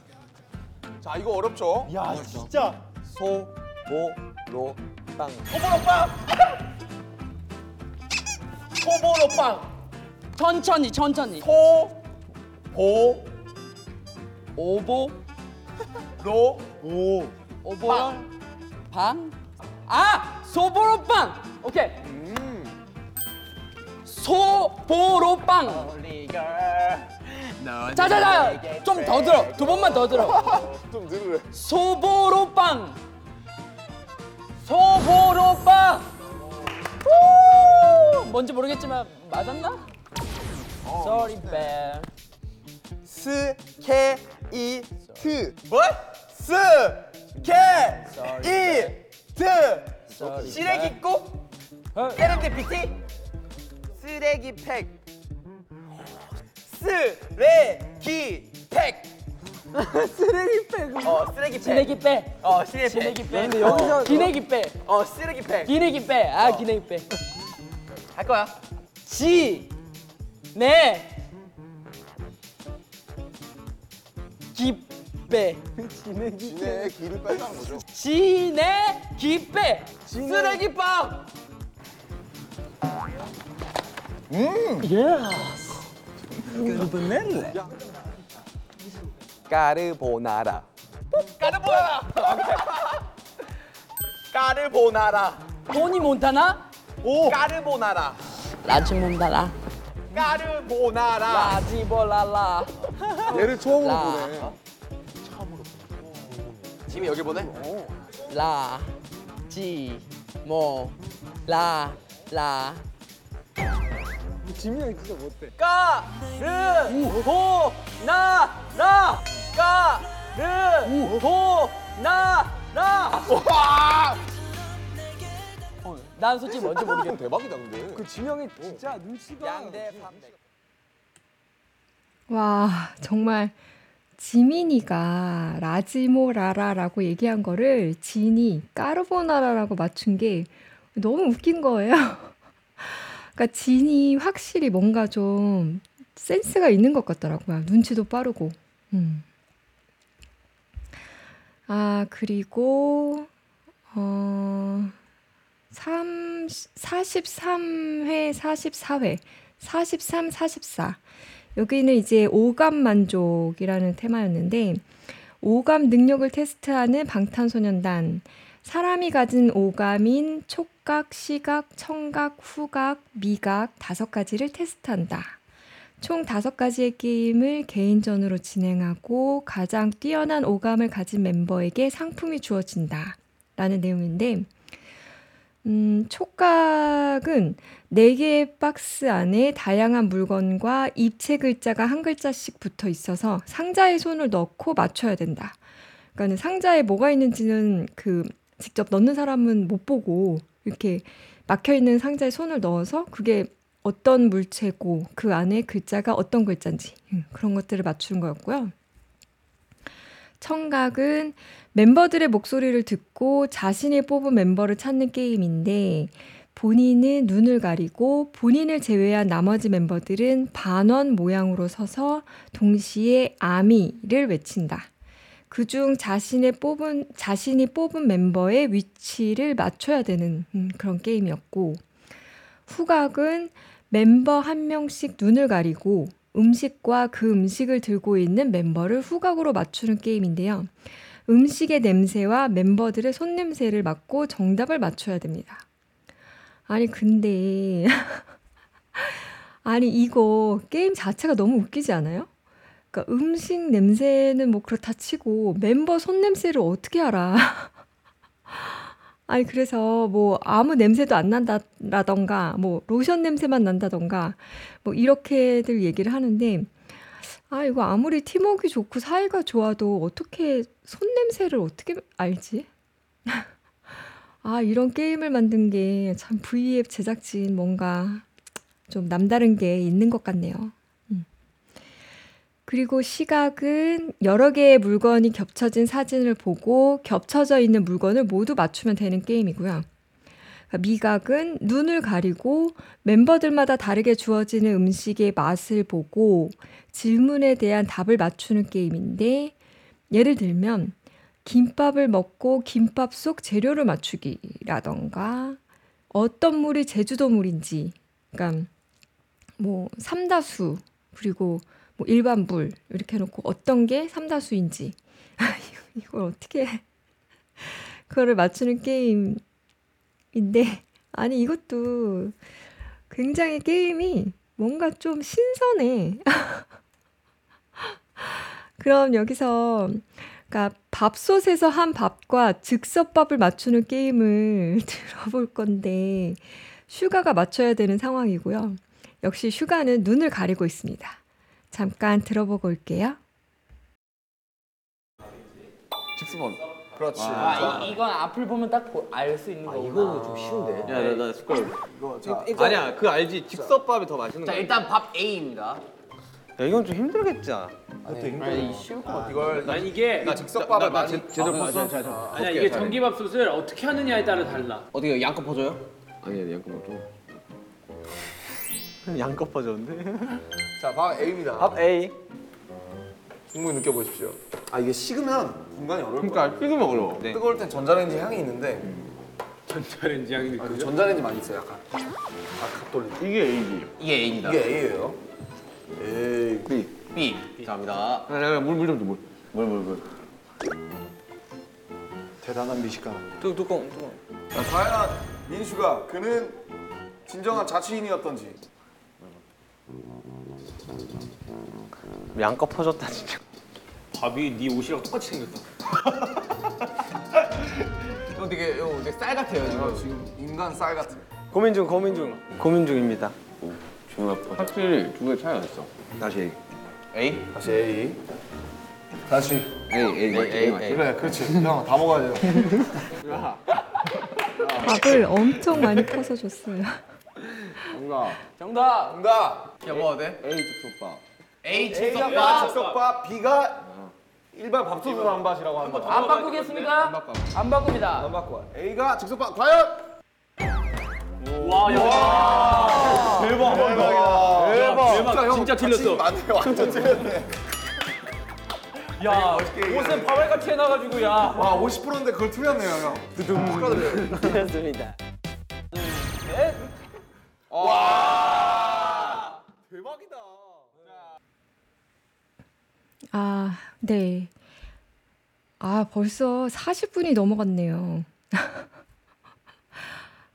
Speaker 3: 자 이거 어렵죠? 야
Speaker 5: 진짜.
Speaker 16: 소모로 땅
Speaker 1: 호불호빵! 호불호빵!
Speaker 2: 천천히 천천히
Speaker 1: 호
Speaker 2: [laughs]
Speaker 1: 오보
Speaker 3: 로
Speaker 5: 오.
Speaker 2: 오버랑 방아 소보로빵 오케이 소보로빵 자자자 좀 더 들어 두 번만 더 들어
Speaker 3: 좀 늘으래.
Speaker 2: 소보로빵 소보로빵 후! 뭔지 모르겠지만 맞았나? Sorry, bear.
Speaker 3: 스케이트. 뭐?
Speaker 1: 스케이트!
Speaker 3: Sorry,
Speaker 1: 쓰레기 꼭? 세련된 PT? 쓰레기 팩 쓰레기 팩
Speaker 2: [laughs] 쓰레기 빼.
Speaker 1: 어, 쓰레기 팩.
Speaker 2: 쓰레기 빼.
Speaker 1: 어, 쓰레기 팩.
Speaker 2: 빼. 근데 여기서 기내기 빼.
Speaker 1: 어, 쓰레기 팩.
Speaker 2: 기내기 빼. 아, 기내기 빼.
Speaker 1: 할 거야.
Speaker 2: 지. 네. 기빼.
Speaker 3: 지네 길을 빼자는 거죠.
Speaker 2: 지네 기빼. 쓰레기빵.
Speaker 3: 음.
Speaker 17: 까르보넬레. 까르보나라.
Speaker 1: 까르보나라. 까르보나라.
Speaker 2: 돈이 몬타나?
Speaker 1: 오. 까르보나라.
Speaker 2: 라지 몬다라.
Speaker 1: 까르보나라.
Speaker 2: 라지 볼라라.
Speaker 3: 얘를 처음으로
Speaker 2: 라.
Speaker 3: 보네.
Speaker 1: 지금 여기 보네.
Speaker 2: 라. 지. 모. 라. 라.
Speaker 5: 지민이 형 진짜 못돼.
Speaker 2: 까르보나라 까르보나라 난 솔직히 뭔지 모르겠어
Speaker 3: 대박이다 근데.
Speaker 15: 그 진영이 진짜 눈치가.
Speaker 2: 양대 반대.
Speaker 4: 와, 정말 지민이가 라지모라라라고 얘기한 거를 진이 까르보나라라고 맞춘 게 너무 웃긴 거예요. [laughs] 그러니까 진이 확실히 뭔가 좀 센스가 있는 것 같더라고요. 눈치도 빠르고. 음. 아, 그리고 어 3 43회, 44회, 43, 44. 여기는 이제 오감 만족이라는 테마였는데 오감 능력을 테스트하는 방탄소년단 사람이 가진 오감인 촉각, 시각, 청각, 후각, 미각 다섯 가지를 테스트한다. 총 다섯 가지의 게임을 개인전으로 진행하고 가장 뛰어난 오감을 가진 멤버에게 상품이 주어진다. 라는 내용인데, 음, 촉각은 네개의 박스 안에 다양한 물건과 입체 글자가 한 글자씩 붙어 있어서 상자에 손을 넣고 맞춰야 된다. 그러니까 상자에 뭐가 있는지는 그 직접 넣는 사람은 못 보고 이렇게 막혀 있는 상자에 손을 넣어서 그게 어떤 물체고 그 안에 글자가 어떤 글자인지 음, 그런 것들을 맞추는 거였고요. 청각은 멤버들의 목소리를 듣고 자신이 뽑은 멤버를 찾는 게임인데 본인은 눈을 가리고 본인을 제외한 나머지 멤버들은 반원 모양으로 서서 동시에 아미를 외친다. 그중 자신의 뽑은 자신이 뽑은 멤버의 위치를 맞춰야 되는 음, 그런 게임이었고 후각은 멤버 한 명씩 눈을 가리고 음식과 그 음식을 들고 있는 멤버를 후각으로 맞추는 게임인데요. 음식의 냄새와 멤버들의 손냄새를 맡고 정답을 맞춰야 됩니다. 아니, 근데. [laughs] 아니, 이거 게임 자체가 너무 웃기지 않아요? 그러니까 음식 냄새는 뭐 그렇다 치고 멤버 손냄새를 어떻게 알아? [laughs] 아니 그래서 뭐 아무 냄새도 안 난다라던가 뭐 로션 냄새만 난다던가 뭐 이렇게들 얘기를 하는데 아 이거 아무리 팀워크 좋고 사이가 좋아도 어떻게 손 냄새를 어떻게 알지? 아 이런 게임을 만든 게 참 V앱 제작진 뭔가 좀 남다른 게 있는 것 같네요. 음. 그리고 시각은 여러 개의 물건이 겹쳐진 사진을 보고 겹쳐져 있는 물건을 모두 맞추면 되는 게임이고요. 그러니까 미각은 눈을 가리고 멤버들마다 다르게 주어지는 음식의 맛을 보고 질문에 대한 답을 맞추는 게임인데 예를 들면 김밥을 먹고 김밥 속 재료를 맞추기라던가 어떤 물이 제주도 물인지 그러니까 뭐 삼다수 그리고 뭐 일반 물 이렇게 해놓고 어떤 게 삼다수인지 [laughs] 이걸 어떻게 [laughs] 그거를 맞추는 게임인데 아니 이것도 굉장히 게임이 뭔가 좀 신선해. [laughs] 그럼 여기서 그러니까 밥솥에서 한 밥과 즉석밥을 맞추는 게임을 [laughs] 들어볼 건데 슈가가 맞춰야 되는 상황이고요. 역시 슈가는 눈을 가리고 있습니다. 잠깐 들어보고 올게요.
Speaker 1: 직수번. 그렇지.
Speaker 6: 아, 이, 이건 앞을 보면 딱 알 수 있는 거구나. 이거는 좀 쉬운데.
Speaker 1: 야, 나, 나 숟가락.
Speaker 14: 이거
Speaker 1: 자, 아니야, 그거 알지. 즉석밥이 더 맛있는
Speaker 13: 자
Speaker 1: 거야.
Speaker 13: 일단 밥 A입니다.
Speaker 1: 야, 이건 좀 힘들겠지 않아?
Speaker 13: 아니, 아니, 쉬울 것 같아.
Speaker 1: 이걸
Speaker 18: 아니 이게
Speaker 1: 나 즉석밥을
Speaker 18: 나- 나-
Speaker 1: 나 제- 제대로
Speaker 18: 아,
Speaker 1: 봤어?
Speaker 18: 아, 아, 아, 아니야 이게 전기밥솥을 어떻게 하느냐에 따라 달라.
Speaker 3: 어떻게 양껏 퍼줘요?
Speaker 1: 아니, 양껏 먹죠. 양껏 퍼졌는데?
Speaker 14: 자, 밥 A입니다.
Speaker 1: 밥 A.
Speaker 14: 충분히 느껴보십시오. 아 이게 식으면 분간이 어려울 거야.
Speaker 1: 그러니까 튀기면 어려워. 네.
Speaker 14: 뜨거울 땐 전자레인지 향이 있는데
Speaker 18: 전자레인지 향이
Speaker 14: 아, 그 전자레인지 많이 있어요, 약간. 아, 갑 돌리기.
Speaker 1: 이게 A지.
Speaker 13: 이게 A입니다.
Speaker 14: 이게 A예요. A.
Speaker 1: B.
Speaker 13: B.
Speaker 3: 감사합니다.
Speaker 1: 물물좀 줘, 물. 물, 물, 물.
Speaker 8: 대단한 미식가다.
Speaker 1: 뚜, 뚜껑, 뚜껑.
Speaker 14: 자, 과연 민수가 그는 진정한 자취인이었던지.
Speaker 1: 양껏 퍼졌다, 진짜.
Speaker 18: 밥이 네 옷이랑 똑같이 생겼다.
Speaker 14: 이거 되게 이거 되게 쌀 같아요 지금. 인간 쌀 같아.
Speaker 1: 고민 중, 고민 중. 고민 중입니다. 중합 확실히 두 개 차이가 있어. 다시
Speaker 14: A? 다시 A. 다시.
Speaker 1: A, A, A, A, A.
Speaker 14: 그래, 그렇지. 형, 다 먹어야 돼요.
Speaker 4: 밥을 엄청 많이 퍼서 줬어요.
Speaker 1: 정답.
Speaker 13: 정답.
Speaker 14: 정답. 야, 뭐가 돼?
Speaker 1: A 즉석밥. A
Speaker 19: 즉석밥.
Speaker 1: A가 아, 즉석밥, B가 일반 밥솥으로 한밥이라고 한다.
Speaker 19: 안 바꾸겠습니까? 안 바꿉니다.
Speaker 1: 안 바꿔. A가 즉석밥 과연?
Speaker 2: 와, 야.
Speaker 1: 대박.
Speaker 2: 대박이다.
Speaker 1: 대박.
Speaker 2: 대박. 진짜 틀렸어.
Speaker 1: 맞네. 완전 틀렸네.
Speaker 2: 야,
Speaker 1: 멋있게
Speaker 2: 옷은 바벨같이 해놔가지고, 야.
Speaker 1: 와, 50%인데 그걸 틀렸네요, 형. 두둥. 축하드려요.
Speaker 20: 그렇습니다.
Speaker 4: 아, 네. 아, 벌써 40분이 넘어갔네요. [laughs]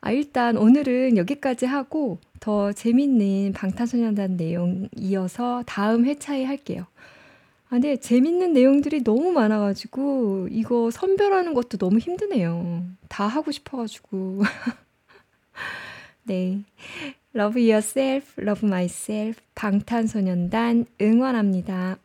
Speaker 4: 아, 일단 오늘은 여기까지 하고 더 재밌는 방탄소년단 내용 이어서 다음 회차에 할게요. 아, 네, 재밌는 내용들이 너무 많아가지고 이거 선별하는 것도 너무 힘드네요. 다 하고 싶어가지고. [laughs] 네. Love yourself, love myself. 방탄소년단 응원합니다.